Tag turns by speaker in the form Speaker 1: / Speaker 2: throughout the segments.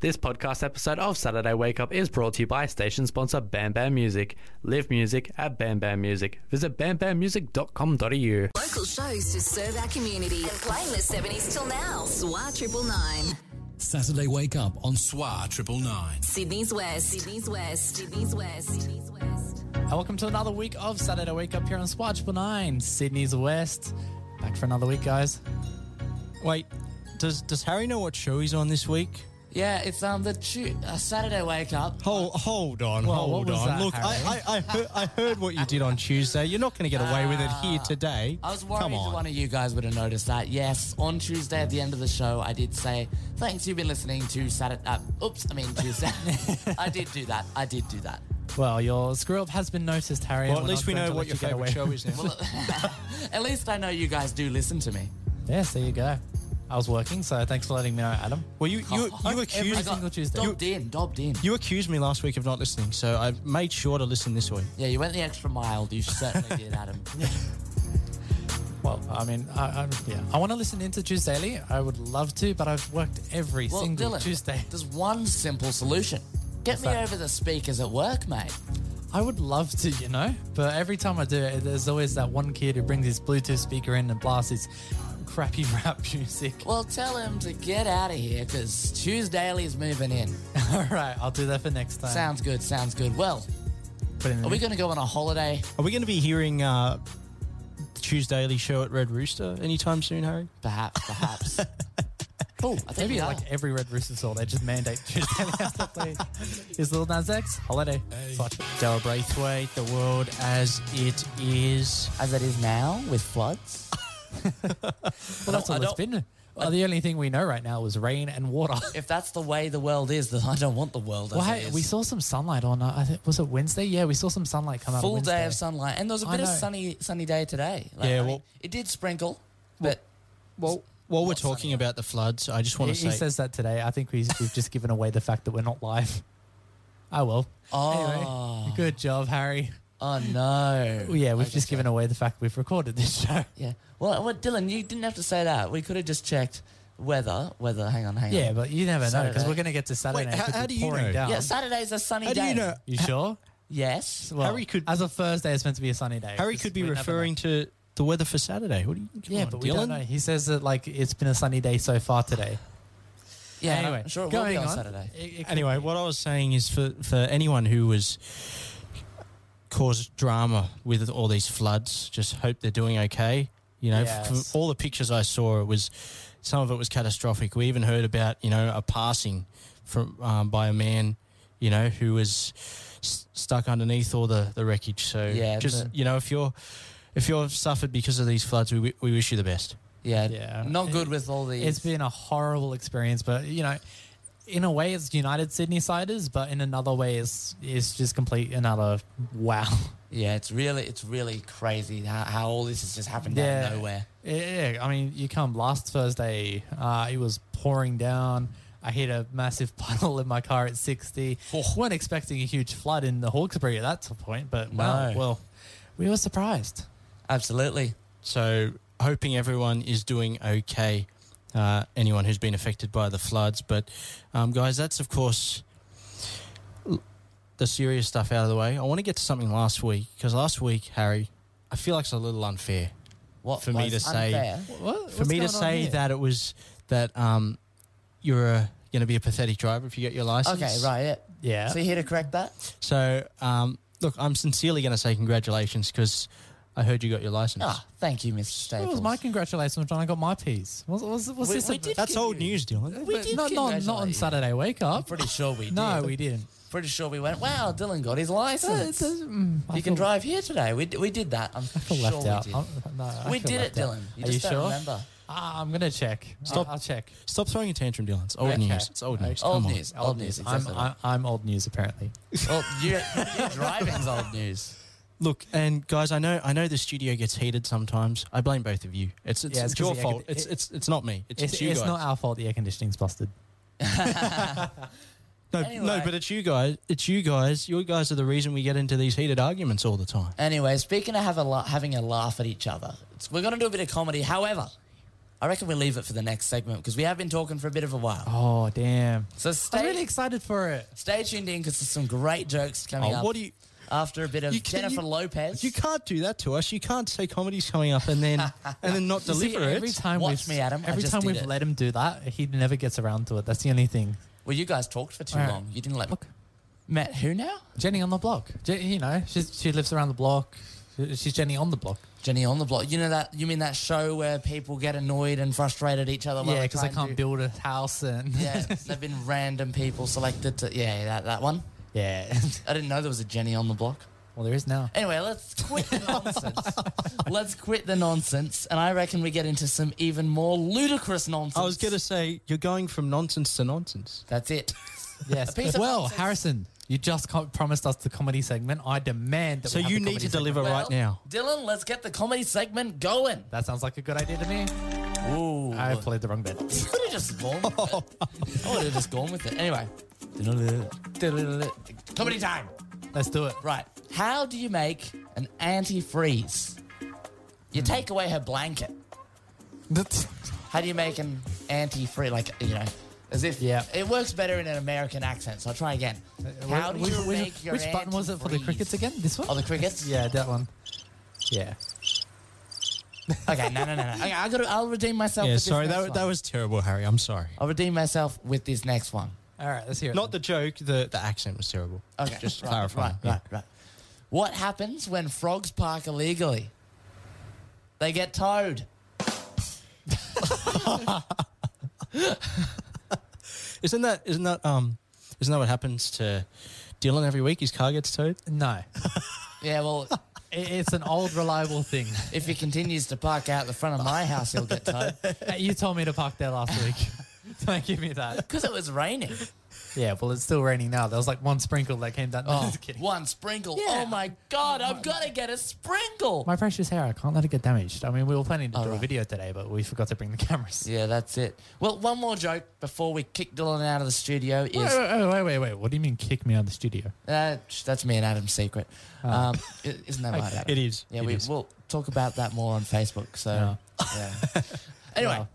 Speaker 1: This podcast episode of Saturday Wake Up is brought to you by station sponsor Bam Bam Music. Live music at Bam Bam Music. Visit bambammusic.com.au.
Speaker 2: Local shows to serve our community and playing the 70s till now. SWA 999.
Speaker 3: Saturday Wake Up on SWA 999.
Speaker 2: Sydney's West. Sydney's West. Sydney's West. Sydney's West.
Speaker 4: And Welcome to another week of Saturday Wake Up here on Swatch 9, Sydney's West. Back for another week, guys.
Speaker 5: Wait, does does Harry know what show he's on this week?
Speaker 4: Yeah, it's um the tu- uh, Saturday Wake Up.
Speaker 5: Hold hold on,
Speaker 4: Well,
Speaker 5: hold
Speaker 4: what was
Speaker 5: on.
Speaker 4: that,
Speaker 5: Look, I I, I, heard, I heard what you did on Tuesday. You're not going to get away with it here today.
Speaker 4: I was worried
Speaker 5: Come on.
Speaker 4: one of you guys would have noticed that. Yes, on Tuesday at the end of the show, I did say, thanks, you've been listening to Saturday. Uh, oops, I mean Tuesday. I did do that. I did do that. Well, your screw up has been noticed, Harry.
Speaker 5: well, at least we know what your favorite show is now.
Speaker 4: at least I know you guys do listen to me. Yes, there you go. I was working, so thanks for letting me know, Adam.
Speaker 5: Well, you you, you accused you,
Speaker 4: Dobbed in, dobbed in.
Speaker 5: you accused me last week of not listening, so I made sure to listen this week.
Speaker 4: yeah, you went the extra mile. You certainly did, Adam.
Speaker 6: Well, I mean, I, I yeah, I want to listen into Tuesdaily. I would love to, but I've worked every
Speaker 4: Well,
Speaker 6: single
Speaker 4: Dylan,
Speaker 6: Tuesday.
Speaker 4: there's one simple solution. Get me over the speakers at work, mate.
Speaker 6: I would love to, you know, but every time I do it, there's always that one kid who brings his Bluetooth speaker in and blasts his crappy rap music.
Speaker 4: Well, tell him to get out of here because Tuesdaily's moving in.
Speaker 6: All right, I'll do that for next time.
Speaker 4: Sounds good, sounds good. Well,
Speaker 6: Put it in the
Speaker 4: are we
Speaker 6: mix.
Speaker 4: going to go on a holiday?
Speaker 5: Are we going to be hearing uh, the Tuesdaily show at Red Rooster anytime soon, Harry?
Speaker 4: Perhaps, perhaps. cool. I think
Speaker 6: Maybe
Speaker 4: we are.
Speaker 6: like every Red Rooster store, they just mandate Tuesday has to play. Is Lil Nas X holiday? Fuck.
Speaker 5: Dara Braithwaite, the world as it is.
Speaker 4: As it is now with floods.
Speaker 6: Well, that's
Speaker 4: I
Speaker 6: all it's
Speaker 4: don't-
Speaker 6: been. Well, the only thing we know right now was rain and water.
Speaker 4: If that's the way the world is, then I don't want the world as
Speaker 6: Well,
Speaker 4: it
Speaker 6: hey,
Speaker 4: is.
Speaker 6: we saw some sunlight on. Uh, I think- was it Wednesday? Yeah, we saw some sunlight come out.
Speaker 4: full
Speaker 6: Wednesday.
Speaker 4: day of sunlight, and there was a
Speaker 6: I
Speaker 4: bit of
Speaker 6: know.
Speaker 4: sunny sunny day today. Like,
Speaker 5: Yeah,
Speaker 4: I mean,
Speaker 5: well-
Speaker 4: it did sprinkle, but
Speaker 5: Well, while we're
Speaker 4: Not sunny
Speaker 5: talking
Speaker 4: yet.
Speaker 5: about the floods, I just
Speaker 6: He,
Speaker 5: want to
Speaker 6: he
Speaker 5: say
Speaker 6: says that today. I think we've, we've just given away the fact that we're not live. I will.
Speaker 4: oh,
Speaker 6: Anyway, good job, Harry.
Speaker 4: oh no,
Speaker 6: Well, yeah, we've
Speaker 4: I
Speaker 6: just
Speaker 4: guess
Speaker 6: given
Speaker 4: so.
Speaker 6: away the fact we've recorded this show.
Speaker 4: Yeah, well, well, Dylan, you didn't have to say that. We could have just checked weather. Weather. Hang on, hang
Speaker 6: Yeah,
Speaker 4: on.
Speaker 6: but you never know because
Speaker 4: Saturday.
Speaker 6: we're going to get to
Speaker 5: Wait,
Speaker 6: Saturday. and it
Speaker 5: how-
Speaker 6: could
Speaker 5: how
Speaker 6: be
Speaker 5: do you
Speaker 6: pouring
Speaker 5: know?
Speaker 6: down.
Speaker 4: yeah, Saturday's a sunny
Speaker 5: How
Speaker 4: day.
Speaker 5: do you know?
Speaker 6: You sure?
Speaker 4: Yes.
Speaker 6: Well,
Speaker 5: Harry could-
Speaker 6: as of Thursday, it's meant to be a sunny day.
Speaker 5: Harry
Speaker 6: 'cause
Speaker 5: could be
Speaker 6: we never
Speaker 5: referring
Speaker 6: know.
Speaker 5: to the weather for Saturday. What do you? come
Speaker 6: Yeah,
Speaker 5: on,
Speaker 6: but we
Speaker 5: Dylan?
Speaker 6: don't know. He says that like it's been a sunny day so far today.
Speaker 4: Yeah.
Speaker 6: anyway,
Speaker 4: I'm sure it will
Speaker 6: going
Speaker 4: be on,
Speaker 6: on.
Speaker 4: Saturday.
Speaker 6: It- it could
Speaker 5: Anyway, what I was saying is for for anyone who was caused drama with all these floods, just hope they're doing okay. You know, f-
Speaker 6: Yes.
Speaker 5: from all the pictures I saw, it was some of it was catastrophic. We even heard about you know a passing from um, by a man, you know, who was s- stuck underneath all the the wreckage. So
Speaker 4: Yeah,
Speaker 5: just
Speaker 4: the-
Speaker 5: you know if you're if you're suffered because of these floods, we wi- we wish you the best.
Speaker 4: Yeah.
Speaker 6: Yeah.
Speaker 4: Not good with all the.
Speaker 6: It's been a horrible experience, but you know, in a way, it's United Sydney Siders, but in another way, it's it's just complete another wow.
Speaker 4: Yeah, it's really it's really crazy how, how all this has just happened out of nowhere.
Speaker 6: Yeah, yeah. I mean, you come last Thursday, uh, it was pouring down. I hit a massive puddle in my car at 60.
Speaker 5: Oh.
Speaker 6: weren't expecting a huge flood in the Hawkesbury at that point, but wow,
Speaker 4: No.
Speaker 6: well, we were surprised.
Speaker 4: Absolutely.
Speaker 5: So, hoping everyone is doing okay. Uh, anyone who's been affected by the floods, but um, guys, that's of course l- the serious stuff out of the way. I want to get to something last week because last week, Harry, I feel like it's a little unfair
Speaker 4: What
Speaker 5: For me
Speaker 4: was
Speaker 5: to say-
Speaker 4: unfair-
Speaker 6: What?
Speaker 5: for me to say that it was that um, you're going to be a pathetic driver if you get your license.
Speaker 4: Okay, right. Yeah.
Speaker 6: Yeah.
Speaker 4: So you here to correct that?
Speaker 5: So, um, look, I'm sincerely going to say congratulations because I heard you got your license.
Speaker 4: Ah, thank you, Mr. Staples.
Speaker 6: That was my congratulations when I got my piece. Was, was, was
Speaker 4: We-
Speaker 6: this
Speaker 4: we
Speaker 6: a,
Speaker 4: did
Speaker 5: that's
Speaker 4: give
Speaker 5: old
Speaker 4: you-
Speaker 5: news, Dylan.
Speaker 4: We
Speaker 6: But
Speaker 4: did
Speaker 6: not, not, not
Speaker 4: congratulate
Speaker 6: on
Speaker 4: you.
Speaker 6: Saturday wake up.
Speaker 4: Pretty sure we did.
Speaker 6: no, we didn't.
Speaker 4: Pretty sure we went. Wow, Dylan got his license.
Speaker 6: mm, I
Speaker 4: you can
Speaker 6: feel-
Speaker 4: drive here today. We, d- we did that. I'm
Speaker 6: I
Speaker 4: sure
Speaker 6: feel left
Speaker 4: we
Speaker 6: out.
Speaker 4: did.
Speaker 6: I'm- no, I
Speaker 4: we
Speaker 6: feel
Speaker 4: did it,
Speaker 6: left out.
Speaker 4: Dylan. You
Speaker 6: Are you
Speaker 4: just don't
Speaker 6: sure?
Speaker 4: remember.
Speaker 6: Ah, I'm gonna check.
Speaker 5: Stop.
Speaker 6: I'll, I'll check.
Speaker 5: Stop throwing a tantrum, Dylan. It's old
Speaker 4: Okay.
Speaker 5: news. It's old news.
Speaker 4: Old
Speaker 5: Come on.
Speaker 4: news. Old news.
Speaker 6: I'm,
Speaker 4: Exactly.
Speaker 6: I'm, I'm old news apparently.
Speaker 4: well, you, your driving's old news.
Speaker 5: Look, and guys, I know I know the studio gets heated sometimes. I blame both of you. It's it's,
Speaker 6: Yeah,
Speaker 5: it's
Speaker 6: it's 'cause
Speaker 5: your
Speaker 6: the air
Speaker 5: fault.
Speaker 6: condi-
Speaker 5: It's
Speaker 6: it-
Speaker 5: it's it's not me. It's,
Speaker 6: It's,
Speaker 5: you
Speaker 6: it's
Speaker 5: guys.
Speaker 6: not our fault. The air conditioning's busted.
Speaker 5: no,
Speaker 4: Anyway.
Speaker 5: no, but it's you guys. It's you guys. You guys are the reason we get into these heated arguments all the time.
Speaker 4: Anyway, speaking of have a la- having a laugh at each other, it's, we're going to do a bit of comedy. However, I reckon we leave it for the next segment because we have been talking for a bit of a while.
Speaker 6: Oh damn!
Speaker 4: So stay,
Speaker 6: I'm really excited for it.
Speaker 4: stay tuned in because there's some great jokes coming
Speaker 5: Oh,
Speaker 4: up.
Speaker 5: what do you-
Speaker 4: After a bit of
Speaker 5: You can-
Speaker 4: Jennifer
Speaker 5: you-
Speaker 4: Lopez.
Speaker 5: You can't do that to us. You can't say comedy's coming up and then and then not
Speaker 6: You see,
Speaker 5: deliver
Speaker 6: every
Speaker 5: it.
Speaker 6: time
Speaker 4: Watch
Speaker 6: we've
Speaker 4: me, Adam. I
Speaker 6: every
Speaker 4: just
Speaker 6: time
Speaker 4: did
Speaker 6: we've
Speaker 4: it.
Speaker 6: let him do that, he never gets around to it. That's the only thing.
Speaker 4: Well, you guys talked for too
Speaker 6: Alright.
Speaker 4: long. You didn't let me.
Speaker 6: Look,
Speaker 4: Matt, who now?
Speaker 6: Jenny on the block. Je- you know, she's, she lives around the block. She- She's Jenny on the block.
Speaker 4: Jenny on the block. You know that? You mean that show where people get annoyed and frustrated at each other? while
Speaker 6: yeah,
Speaker 4: they
Speaker 6: because I
Speaker 4: try and
Speaker 6: can't
Speaker 4: do-
Speaker 6: build a house and
Speaker 4: Yeah, they've been random people selected to. Yeah, that, that one.
Speaker 6: yeah.
Speaker 4: I didn't know there was a Jenny on the block.
Speaker 6: well, there is now.
Speaker 4: Anyway, let's quit the nonsense. let's quit the nonsense, and I reckon we get into some even more ludicrous nonsense.
Speaker 5: I was going to say you're going from nonsense to nonsense.
Speaker 4: That's it.
Speaker 6: Yes.
Speaker 4: piece of
Speaker 6: Well,
Speaker 4: nonsense.
Speaker 6: Harrison, you just co- promised us the comedy segment. I demand that.
Speaker 5: So
Speaker 6: we have
Speaker 5: you
Speaker 6: a
Speaker 5: need
Speaker 6: comedy
Speaker 5: to deliver
Speaker 4: Well,
Speaker 5: right now.
Speaker 4: Dylan. Let's get the comedy segment going.
Speaker 6: segment. That sounds like a good idea to me.
Speaker 4: Ooh,
Speaker 6: I played the wrong bit.
Speaker 4: could have just gone. With it. I would have just gone with it. Anyway, comedy time.
Speaker 6: Let's do it.
Speaker 4: Right. How do you make an antifreeze? You take away her blanket. How do you make an antifreeze? Like, you know, as if
Speaker 6: Yeah.
Speaker 4: it works better in an American accent. So I'll try again. How do
Speaker 6: Which-
Speaker 4: you
Speaker 6: which,
Speaker 4: make your
Speaker 6: which button was it for the
Speaker 4: antifreeze?
Speaker 6: crickets again? This one.
Speaker 4: Oh, the crickets?
Speaker 6: yeah, that one. Yeah.
Speaker 4: Okay, no, no, no, no. Okay, I gotta, I'll redeem myself.
Speaker 5: Yeah,
Speaker 4: with
Speaker 5: sorry,
Speaker 4: This next
Speaker 5: that, that
Speaker 4: one.
Speaker 5: was terrible, Harry. I'm sorry.
Speaker 4: I'll redeem myself with this next one.
Speaker 6: All right, let's hear it.
Speaker 5: Not the joke. The the accent was terrible.
Speaker 4: Okay,
Speaker 5: just
Speaker 4: right,
Speaker 5: clarify.
Speaker 4: Right, right, right. What happens when frogs park illegally? They get towed.
Speaker 5: Isn't that isn't that um isn't that what happens to Dylan every week? His car gets towed.
Speaker 6: no.
Speaker 4: Yeah, well,
Speaker 6: It- it's an old reliable thing.
Speaker 4: if he continues to park out the front of my house, he'll get towed.
Speaker 6: Hey, Uh, you told me to park there last week. Don't give me that.
Speaker 4: Because it was raining.
Speaker 6: Yeah, well, it's still raining now. There was like one sprinkle that came down. No,
Speaker 4: Oh,
Speaker 6: just kidding.
Speaker 4: one sprinkle.
Speaker 6: Yeah.
Speaker 4: Oh my God, I've got to get a sprinkle.
Speaker 6: My precious hair, I can't let it get damaged. I mean, we were planning to do a
Speaker 4: right.
Speaker 6: video today, but we forgot to bring the cameras.
Speaker 4: yeah, that's it. Well, one more joke before we kick Dylan out of the studio is
Speaker 6: Wait, wait, wait, wait, wait. What do you mean kick me out of the studio?
Speaker 4: uh, sh- that's me and Adam's secret. Um, i- isn't that right? Adam?
Speaker 5: It is.
Speaker 4: Yeah,
Speaker 5: It
Speaker 4: we,
Speaker 5: is.
Speaker 4: we'll talk about that more on Facebook. So, yeah. anyway,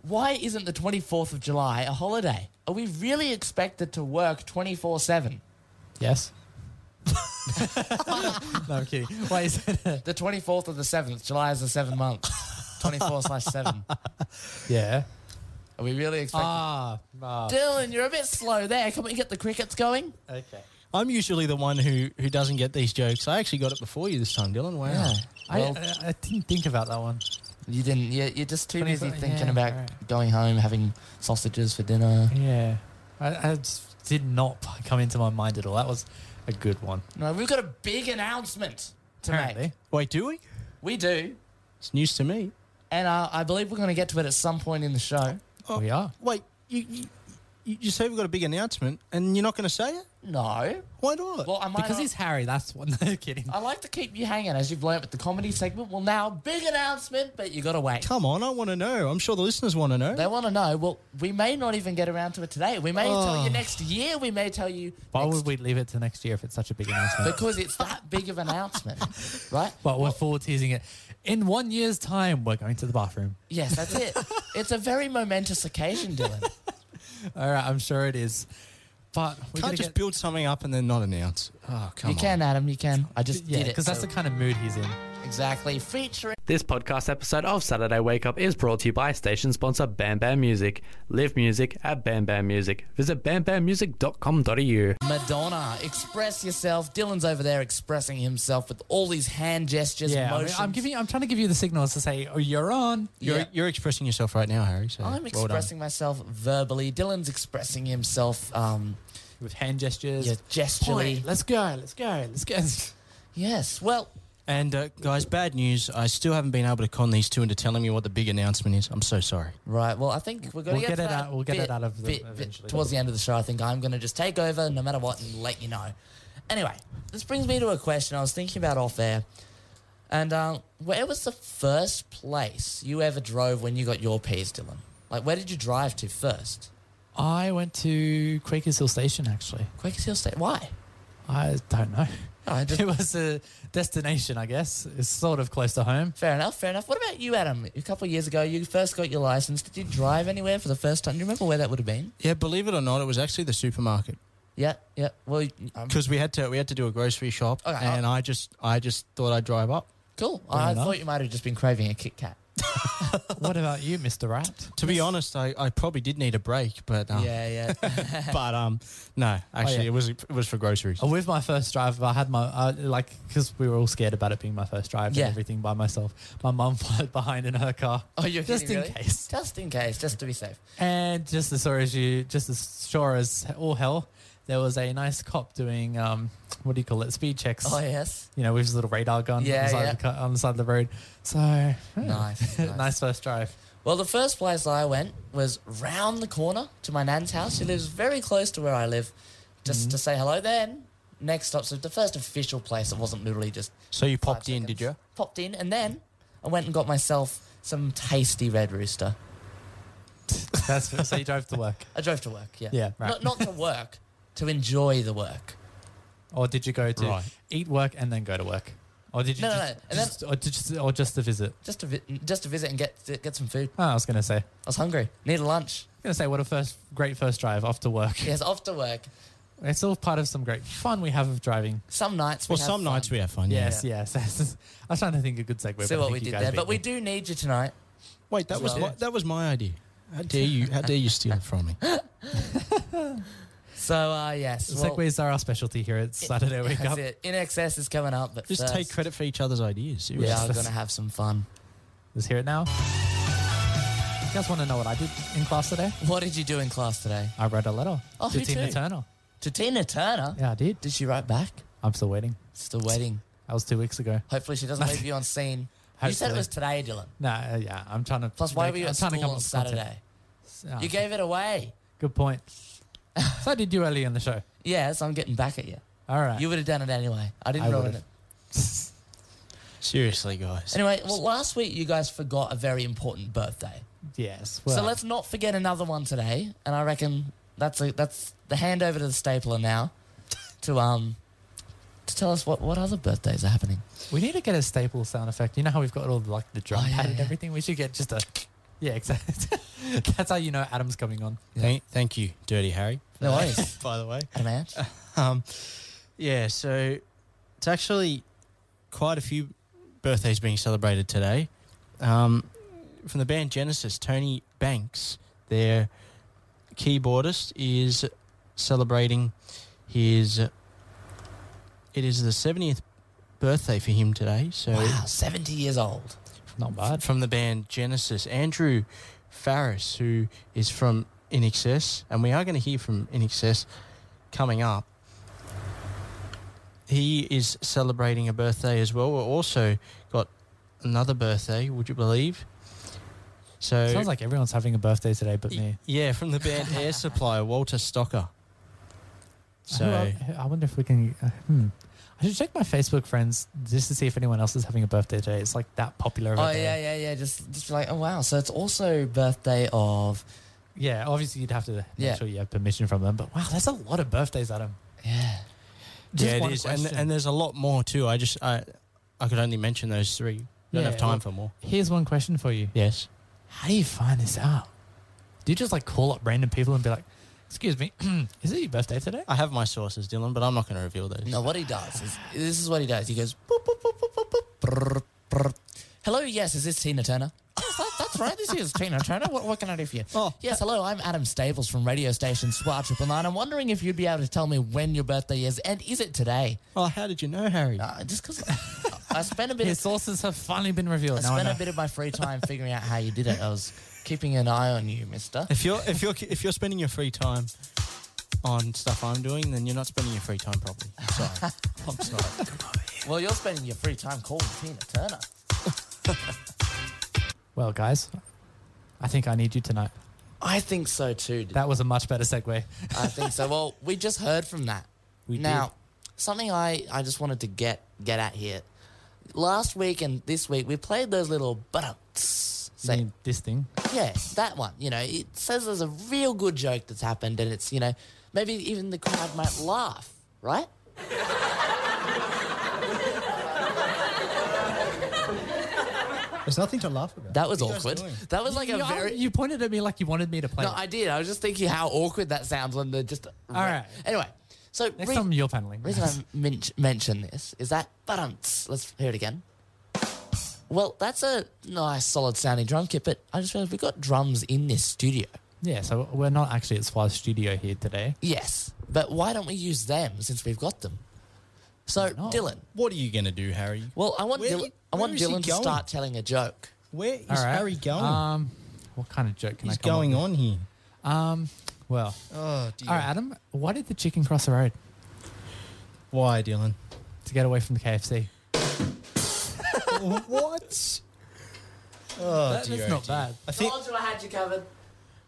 Speaker 4: why isn't the 24th of July a holiday? Are we really expected to work 24 7?
Speaker 6: Yes? no, I'm kidding. Wait, is it-
Speaker 4: The 24th of the 7th, July is the 7th month. 24 slash 7.
Speaker 6: yeah.
Speaker 4: Are we really expected?
Speaker 6: Ah, ah,
Speaker 4: Dylan, you're a bit slow there. Can we get the crickets going?
Speaker 6: okay.
Speaker 5: I'm usually the one who who doesn't get these jokes. I actually got it before you this time, Dylan. Wow.
Speaker 6: I,
Speaker 4: Well-
Speaker 6: I, I didn't think about that one.
Speaker 4: You didn't. You're, you're just too busy
Speaker 6: 24
Speaker 4: thinking
Speaker 6: yeah,
Speaker 4: about
Speaker 6: alright.
Speaker 4: going home, having sausages for dinner.
Speaker 6: Yeah. I, I just did not p- come into my mind at all. That was a good one.
Speaker 4: No, we've got a big announcement to make.
Speaker 6: Apparently.
Speaker 5: Wait, do we?
Speaker 4: We do.
Speaker 5: It's news to me.
Speaker 4: And uh, I believe we're going to get to it at some point in the show.
Speaker 6: We are.
Speaker 5: Wait, you you, you you say we've got a big announcement and you're not going to say it?
Speaker 4: No.
Speaker 5: Why not?
Speaker 4: Well, I might
Speaker 6: Because
Speaker 4: not-
Speaker 6: he's Harry, that's one. No kidding.
Speaker 4: I like to keep you hanging, as you've learnt with the comedy segment. Well, now big announcement, but you got to wait.
Speaker 5: Come on, I want to know. I'm sure the listeners want to know.
Speaker 4: They want to know. Well, we may not even get around to it today. We may tell
Speaker 6: Oh.
Speaker 4: you next year. We may tell you
Speaker 6: Why
Speaker 4: next-
Speaker 6: would we leave it to next year if it's such a big announcement?
Speaker 4: because it's that big of an announcement, right?
Speaker 6: but we're forward teasing it. In one year's time, we're going to the bathroom.
Speaker 4: Yes, that's it. It's a very momentous occasion, Dylan.
Speaker 6: All right, I'm sure it is. But we
Speaker 5: Can't just
Speaker 6: get,
Speaker 5: build something up and then not announce. Oh, come
Speaker 4: You
Speaker 5: on.
Speaker 4: can, Adam. You can. I just
Speaker 6: yeah,
Speaker 4: did it.
Speaker 6: because that's
Speaker 4: so-
Speaker 6: the kind of mood he's in.
Speaker 4: exactly featuring.
Speaker 1: This podcast episode of Saturday Wake Up is brought to you by station sponsor Bam Bam Music. Live music at Bam Bam Music. Visit bambammusic.com.au.
Speaker 4: Madonna, express yourself. Dylan's over there expressing himself with all these hand gestures,
Speaker 6: Yeah, I mean,
Speaker 4: motions.
Speaker 6: I'm giving. I'm trying to give you the signals to say, "Oh, you're on."
Speaker 5: You're,
Speaker 4: Yeah.
Speaker 5: you're expressing yourself right now, Harry. So
Speaker 4: I'm
Speaker 5: well done.
Speaker 4: expressing myself verbally. Dylan's expressing himself um,
Speaker 6: With hand gestures.
Speaker 4: yeah, gesturally.
Speaker 6: Point, Let's go. Let's go. Let's go.
Speaker 4: Yes. Well,
Speaker 5: And uh, guys, bad news. I still haven't been able to con these two into telling me what the big announcement is. I'm so sorry.
Speaker 4: right. Well, I think we're going
Speaker 6: We'll
Speaker 4: to
Speaker 6: get it
Speaker 4: that
Speaker 6: out- we'll get it
Speaker 4: bit-
Speaker 6: out of them
Speaker 4: bit- bit
Speaker 6: eventually.
Speaker 4: towards the end of the show. I think I'm going to just take over no matter what and let you know. Anyway, this brings me to a question I was thinking about off air. And uh, where was the first place you ever drove when you got your P's, Dylan? Like, where did you drive to first?
Speaker 6: I went to Quakers Hill Station actually.
Speaker 4: Quakers Hill State. Why?
Speaker 6: I don't know.
Speaker 4: I just-
Speaker 6: it was a destination, I guess. It's sort of close to home.
Speaker 4: Fair enough, fair enough. What about you, Adam? A couple of years ago, you first got your license. Did you drive anywhere for the first time? Do you remember where that would have been?
Speaker 5: Yeah, believe it or not, it was actually the supermarket
Speaker 4: Yeah, yeah. Well, um,
Speaker 5: because Mm-hmm. we had to we had to do a grocery shop,
Speaker 4: Okay, I-
Speaker 5: and I just I just thought I'd drive up.
Speaker 4: cool. I
Speaker 6: enough.
Speaker 4: thought you might have just been craving a Kit Kat.
Speaker 6: What about you, Mr. Rat?
Speaker 5: To be honest, I, I probably did need a break, but
Speaker 4: Oh.
Speaker 5: um,
Speaker 4: Yeah, yeah.
Speaker 5: but um no, actually
Speaker 6: yeah.
Speaker 5: it was it was for groceries.
Speaker 6: Uh, With my first drive, I had my uh, like because we were all scared about it being my first drive
Speaker 4: Yeah.
Speaker 6: and everything by myself. My mum followed behind in her car.
Speaker 4: Oh, you're
Speaker 6: just
Speaker 4: kidding,
Speaker 6: in
Speaker 4: really?
Speaker 6: case,
Speaker 4: just in case, just to be safe.
Speaker 6: and just as sure as you, just as sure as all hell, there was a nice cop doing um, what do you call it, speed checks.
Speaker 4: Oh, yes.
Speaker 6: You know, with his little radar gun on,
Speaker 4: Yeah,
Speaker 6: the side
Speaker 4: yeah.
Speaker 6: of the car, on the side of the road. So hmm.
Speaker 4: Nice, nice.
Speaker 6: nice first drive.
Speaker 4: Well, the first place I went was round the corner to my nan's house. She lives very close to where I live, just to say hello. Then next stop, so the first official place that wasn't literally just
Speaker 5: So you
Speaker 4: five
Speaker 5: popped in, did you?
Speaker 4: seconds. Popped in, and then I went and got myself some tasty Red Rooster.
Speaker 6: That's so you drove to work,
Speaker 4: I drove to work. Yeah,
Speaker 6: Yeah, right.
Speaker 4: Not, not to work, to enjoy the work.
Speaker 6: or did you go to
Speaker 5: Right.
Speaker 6: eat work and then go to work, or did you
Speaker 4: No, no,
Speaker 6: just,
Speaker 4: no. And then-
Speaker 6: just- or, did you- or just to visit?
Speaker 4: Just to vi- just to visit and get get some food.
Speaker 6: Oh, I was gonna say.
Speaker 4: I was hungry. Needed lunch.
Speaker 6: gonna say what a first great first drive off to work.
Speaker 4: Yes, off to work.
Speaker 6: It's all part of some great fun we have of driving.
Speaker 4: Some nights.
Speaker 5: Well,
Speaker 4: we have
Speaker 5: some nights
Speaker 4: fun.
Speaker 5: we have fun. Yeah.
Speaker 6: Yes, yes. I was trying to think a good segue. but
Speaker 4: See
Speaker 6: I
Speaker 4: what
Speaker 6: think
Speaker 4: we
Speaker 6: you
Speaker 4: did
Speaker 6: guys
Speaker 4: there,
Speaker 6: beat
Speaker 4: but we
Speaker 6: me.
Speaker 4: do need you tonight.
Speaker 5: Wait, that was
Speaker 4: Well-
Speaker 5: my, that was my idea. How dare you? How dare you steal it from me?
Speaker 4: So uh, yes, well,
Speaker 6: Segways are our specialty here at Saturday Wake
Speaker 4: That's
Speaker 6: Up.
Speaker 4: it. In excess is coming up, but
Speaker 5: Just
Speaker 4: first,
Speaker 5: take credit for each other's ideas.
Speaker 4: We
Speaker 5: seriously.
Speaker 6: Yeah.
Speaker 4: are going to have some fun.
Speaker 6: Let's hear it now. You guys want to know what I did in class today?
Speaker 4: What did you do in class today?
Speaker 6: I wrote a letter
Speaker 4: Oh,
Speaker 6: to
Speaker 4: who
Speaker 6: Tina
Speaker 4: to?
Speaker 6: Turner.
Speaker 4: To Tina Turner.
Speaker 6: Yeah, I did.
Speaker 4: Did she write back?
Speaker 6: I'm still waiting.
Speaker 4: Still waiting.
Speaker 6: That was two weeks ago.
Speaker 4: Hopefully she doesn't leave you on scene. You said it
Speaker 6: Hopefully.
Speaker 4: was today, Dylan.
Speaker 6: Nah, uh, yeah, I'm trying to.
Speaker 4: Plus, why
Speaker 6: make-
Speaker 4: were you
Speaker 6: I'm
Speaker 4: at
Speaker 6: trying to
Speaker 4: school
Speaker 6: come
Speaker 4: on
Speaker 6: up with content.
Speaker 4: Saturday?
Speaker 6: Ah,
Speaker 4: You gave it away.
Speaker 6: good point. so I did you early in the show.
Speaker 4: Yes, I'm getting back at you.
Speaker 6: All right.
Speaker 4: You would have done it anyway. I didn't
Speaker 6: I
Speaker 4: ruin
Speaker 6: would've.
Speaker 4: it.
Speaker 5: Seriously, guys.
Speaker 4: Anyway, well, last week you guys forgot a very important birthday.
Speaker 6: yes. Well,
Speaker 4: so let's not forget another one today. And I reckon that's a, that's the handover to the stapler now to um to tell us what, what other birthdays are happening.
Speaker 6: We need to get a staple sound effect. You know how we've got all the, like the drum
Speaker 4: Oh, yeah,
Speaker 6: pad and
Speaker 4: yeah.
Speaker 6: everything. We should get just a yeah, exactly. That's how you know Adam's coming on.
Speaker 5: Thank, thank you, Dirty Harry.
Speaker 4: No worries.
Speaker 5: By the way.
Speaker 4: Adam Ant.
Speaker 5: Um, yeah. So it's actually quite a few birthdays being celebrated today. Um, from the band Genesis, Tony Banks, their keyboardist, is celebrating his. It is the 70th birthday for him today. So
Speaker 4: Wow, 70 years old.
Speaker 6: Not bad.
Speaker 5: from the band Genesis, Andrew Farris, who is from In Excess, and we are going to hear from In Excess coming up. He is celebrating a birthday as well. We've also got another birthday, would you believe? So
Speaker 6: Sounds like everyone's having a birthday today, but me.
Speaker 5: yeah, from the band Air Supply, Walter Stocker. So
Speaker 6: Who el- I wonder if we can. Uh, hmm. I should check my Facebook friends just to see if anyone else is having a birthday today. It's like that popular. Of a
Speaker 4: Oh,
Speaker 6: day.
Speaker 4: yeah, yeah, yeah. Just, just be like, oh, wow. So it's also birthday of,
Speaker 6: Yeah, Obviously, you'd have to make
Speaker 4: Yeah.
Speaker 6: sure you have permission from them. But wow, that's a lot of birthdays, Adam.
Speaker 4: yeah.
Speaker 6: Just
Speaker 5: yeah, it
Speaker 6: one
Speaker 5: is, and,
Speaker 6: question.
Speaker 5: and there's a lot more too. I just I I could only mention those three. Don't
Speaker 6: Yeah,
Speaker 5: have time
Speaker 6: well-
Speaker 5: for more.
Speaker 6: Here's one question for you.
Speaker 5: Yes.
Speaker 6: How do you find this out? Do you just like call up random people and be like, "Excuse me, is it your birthday today?"
Speaker 4: Uh,
Speaker 5: I have my sources, Dylan, but I'm not going to reveal those.
Speaker 4: No, what he does is, this is what he does. He goes, boop, boop, boop, boop, boop, boop, brr, brr. hello, yes, is this Tina Turner? Yes, that- that's right. This is Tina Turner. What, what can I do for you?
Speaker 5: Oh.
Speaker 4: Yes, hello. I'm Adam Stables from radio station Spa Triple Nine. I'm wondering if you'd be able to tell me when your birthday is, and is it today?
Speaker 5: Oh, how did you know, Harry?
Speaker 4: Uh, just because I spent a bit
Speaker 6: His
Speaker 4: of
Speaker 6: sources have finally been
Speaker 4: I
Speaker 6: revealed. Now I
Speaker 4: spent a
Speaker 6: know.
Speaker 4: bit of my free time figuring out how you did it. I was keeping an eye on you, Mister.
Speaker 5: If you're if you're if you're spending your free time on stuff I'm doing, then you're not spending your free time properly. I'm sorry. I'm sorry.
Speaker 4: Well, you're spending your free time calling Tina Turner.
Speaker 6: Well, guys, I think I need you tonight.
Speaker 4: I think so too. dude.
Speaker 6: That was a much better segue.
Speaker 4: I think so. Well, we just heard from that.
Speaker 6: We
Speaker 4: now, something I, I just wanted to get get at here. Last week and this week we played those little but
Speaker 6: did. You mean this thing.
Speaker 4: yeah, that one. You know, it says there's a real good joke that's happened, and it's you know maybe even the crowd might laugh, right?
Speaker 7: There's nothing to laugh about.
Speaker 4: That was
Speaker 7: What are you guys
Speaker 4: awkward.
Speaker 7: doing?
Speaker 4: That was like
Speaker 6: you,
Speaker 4: a very.
Speaker 6: you pointed at me like you wanted me to play.
Speaker 4: No,
Speaker 6: it.
Speaker 4: I did. I was just thinking how awkward that sounds when they're just. All
Speaker 6: right.
Speaker 4: Anyway, so
Speaker 6: Next
Speaker 4: re-
Speaker 6: time you're paneling.
Speaker 4: reason I men- mention this is that. But um, let's hear it again. Well, that's a nice, solid sounding drum kit, but I just realized we've got drums in this studio.
Speaker 6: Yeah, so we're not actually at Swire's studio here today.
Speaker 4: Yes, but why don't we use them since we've got them? So, Dylan.
Speaker 5: What are you going to do, Harry?
Speaker 4: Well, I want
Speaker 5: Where
Speaker 4: Dylan,
Speaker 5: you-
Speaker 4: I
Speaker 5: where
Speaker 4: want
Speaker 5: is he
Speaker 4: Dylan to
Speaker 5: going?
Speaker 4: start telling a joke.
Speaker 5: Where is
Speaker 6: All right.
Speaker 5: Harry going?
Speaker 6: Um, what kind of joke can
Speaker 5: What's
Speaker 6: I come up
Speaker 5: going
Speaker 6: with?
Speaker 5: on here?
Speaker 6: Well,
Speaker 5: Oh, dear.
Speaker 6: all right, Adam, why did the chicken cross the road
Speaker 5: Why, Dylan?
Speaker 6: to get away from the KFC?
Speaker 5: what? Oh,
Speaker 6: That-
Speaker 5: dear,
Speaker 6: that's
Speaker 5: oh,
Speaker 6: not
Speaker 5: dear.
Speaker 6: bad.
Speaker 5: I think
Speaker 4: I had you covered.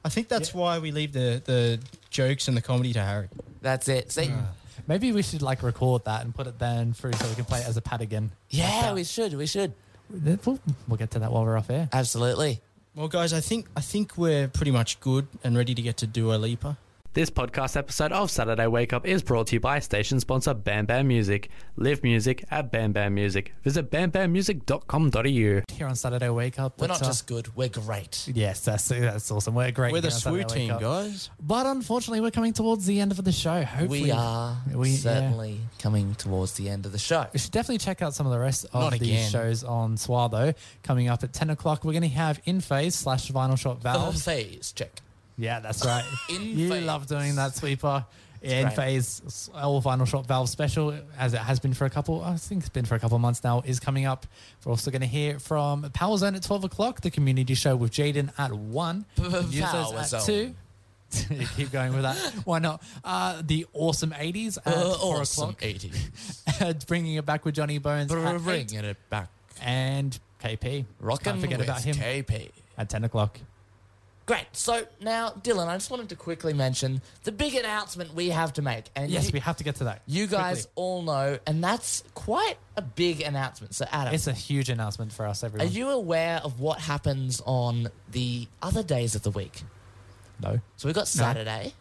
Speaker 5: I think that's why we leave the, the jokes and the comedy to Harry.
Speaker 4: That's it. See,
Speaker 5: Ah.
Speaker 6: Maybe we should like record that and put it then through so we can play it as a pad again.
Speaker 4: yeah, we should, we should,
Speaker 6: We'll, we'll get to that while we're off air.
Speaker 4: absolutely.
Speaker 5: Well, guys, I think I think we're pretty much good and ready to get to Dua Lipa.
Speaker 1: This podcast episode of Saturday Wake Up is brought to you by station sponsor Bam Bam Music. Live music at Bam Bam Music. Visit bambammusic.com.au.
Speaker 6: Here on Saturday Wake Up,
Speaker 4: We're not
Speaker 6: it's, uh,
Speaker 4: just good, we're great.
Speaker 6: Yes, that's that's awesome. We're great.
Speaker 5: We're the
Speaker 6: here on
Speaker 5: Swoo
Speaker 6: Saturday Wake
Speaker 5: team,
Speaker 6: Up.
Speaker 5: guys.
Speaker 6: But unfortunately, we're coming towards the end of the show. Hopefully,
Speaker 4: We are
Speaker 6: We- yeah.
Speaker 4: certainly coming towards the end of the show.
Speaker 6: You should definitely check out some of the rest of
Speaker 5: Not
Speaker 6: these
Speaker 5: again.
Speaker 6: shows on Swa though. Coming up at ten o'clock, we're going to have In Phase slash Vinyl Shop
Speaker 4: Oh,
Speaker 6: Valves.
Speaker 4: phase check.
Speaker 6: Yeah, that's right.
Speaker 4: In
Speaker 6: you
Speaker 4: Phase.
Speaker 6: love doing that, sweeper. In
Speaker 4: great.
Speaker 6: Phase all Vinyl Shop Valve special, as it has been for a couple. I think it's been for a couple of months now. Is coming up. We're also going to hear from Power Zone at twelve o'clock, the community show with Jaden at one, Users
Speaker 4: Power
Speaker 6: at
Speaker 4: Zone.
Speaker 6: two. You keep going with that. Why not? Uh, the awesome 80s at
Speaker 4: Uh,
Speaker 6: 4
Speaker 4: awesome,
Speaker 6: o'clock.
Speaker 4: 80.
Speaker 6: bringing it back with Johnny Bones at eight,
Speaker 4: Bringing it back.
Speaker 6: and KP.
Speaker 4: Rockin'
Speaker 6: Can't forget
Speaker 4: with
Speaker 6: about him
Speaker 4: KP.
Speaker 6: at ten o'clock.
Speaker 4: Great. So now, Dylan, I just wanted to quickly mention the big announcement we have to make. And
Speaker 6: Yes,
Speaker 4: you,
Speaker 6: we have to get to that.
Speaker 4: you guys
Speaker 6: quickly.
Speaker 4: all know, and that's quite a big announcement. So, Adam,
Speaker 6: it's a huge announcement for us,
Speaker 4: are
Speaker 6: everyone.
Speaker 4: you aware of what happens on the other days of the week?
Speaker 6: no,
Speaker 4: So we've got Saturday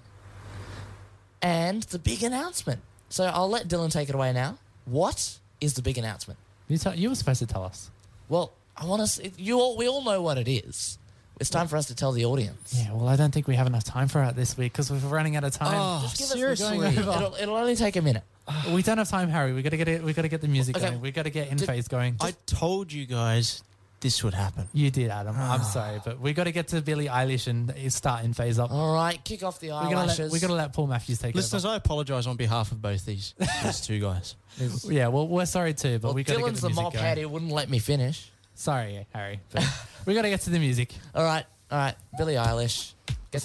Speaker 4: and the big announcement. So I'll let Dylan take it away now. What is the big announcement?
Speaker 6: you, tell, you were supposed to tell us.
Speaker 4: Well, I want to. You all, we all know what it is. It's time for us to tell the audience.
Speaker 6: Yeah, well, I don't think we have enough time for it this week because we're running out of time.
Speaker 4: Just give us-
Speaker 6: Oh, seriously.
Speaker 4: we're going over. It'll, it'll only take a minute.
Speaker 6: we don't have time, Harry. We gotta get it. We gotta get the music
Speaker 4: Okay.
Speaker 6: going. We gotta get in
Speaker 4: Did-
Speaker 6: phase going.
Speaker 5: I told you guys this would happen.
Speaker 6: you did, Adam. I'm
Speaker 4: Ah.
Speaker 6: sorry, but we gotta get to Billie Eilish and start in phase up.
Speaker 4: All right, kick off the
Speaker 6: we gotta
Speaker 4: Oh, eyelashes.
Speaker 6: let, we gotta let Paul Matthews take
Speaker 5: Listeners, I apologise on behalf of both these these two guys.
Speaker 6: over. Yeah, well, we're sorry too, but
Speaker 4: well,
Speaker 6: we gotta
Speaker 4: Dylan's
Speaker 6: get the
Speaker 4: the,
Speaker 6: music
Speaker 4: mop
Speaker 6: going.
Speaker 4: head. He wouldn't let me finish.
Speaker 6: Sorry, Harry. But we gotta get to the music.
Speaker 4: All right, all right. Billie Eilish. Guess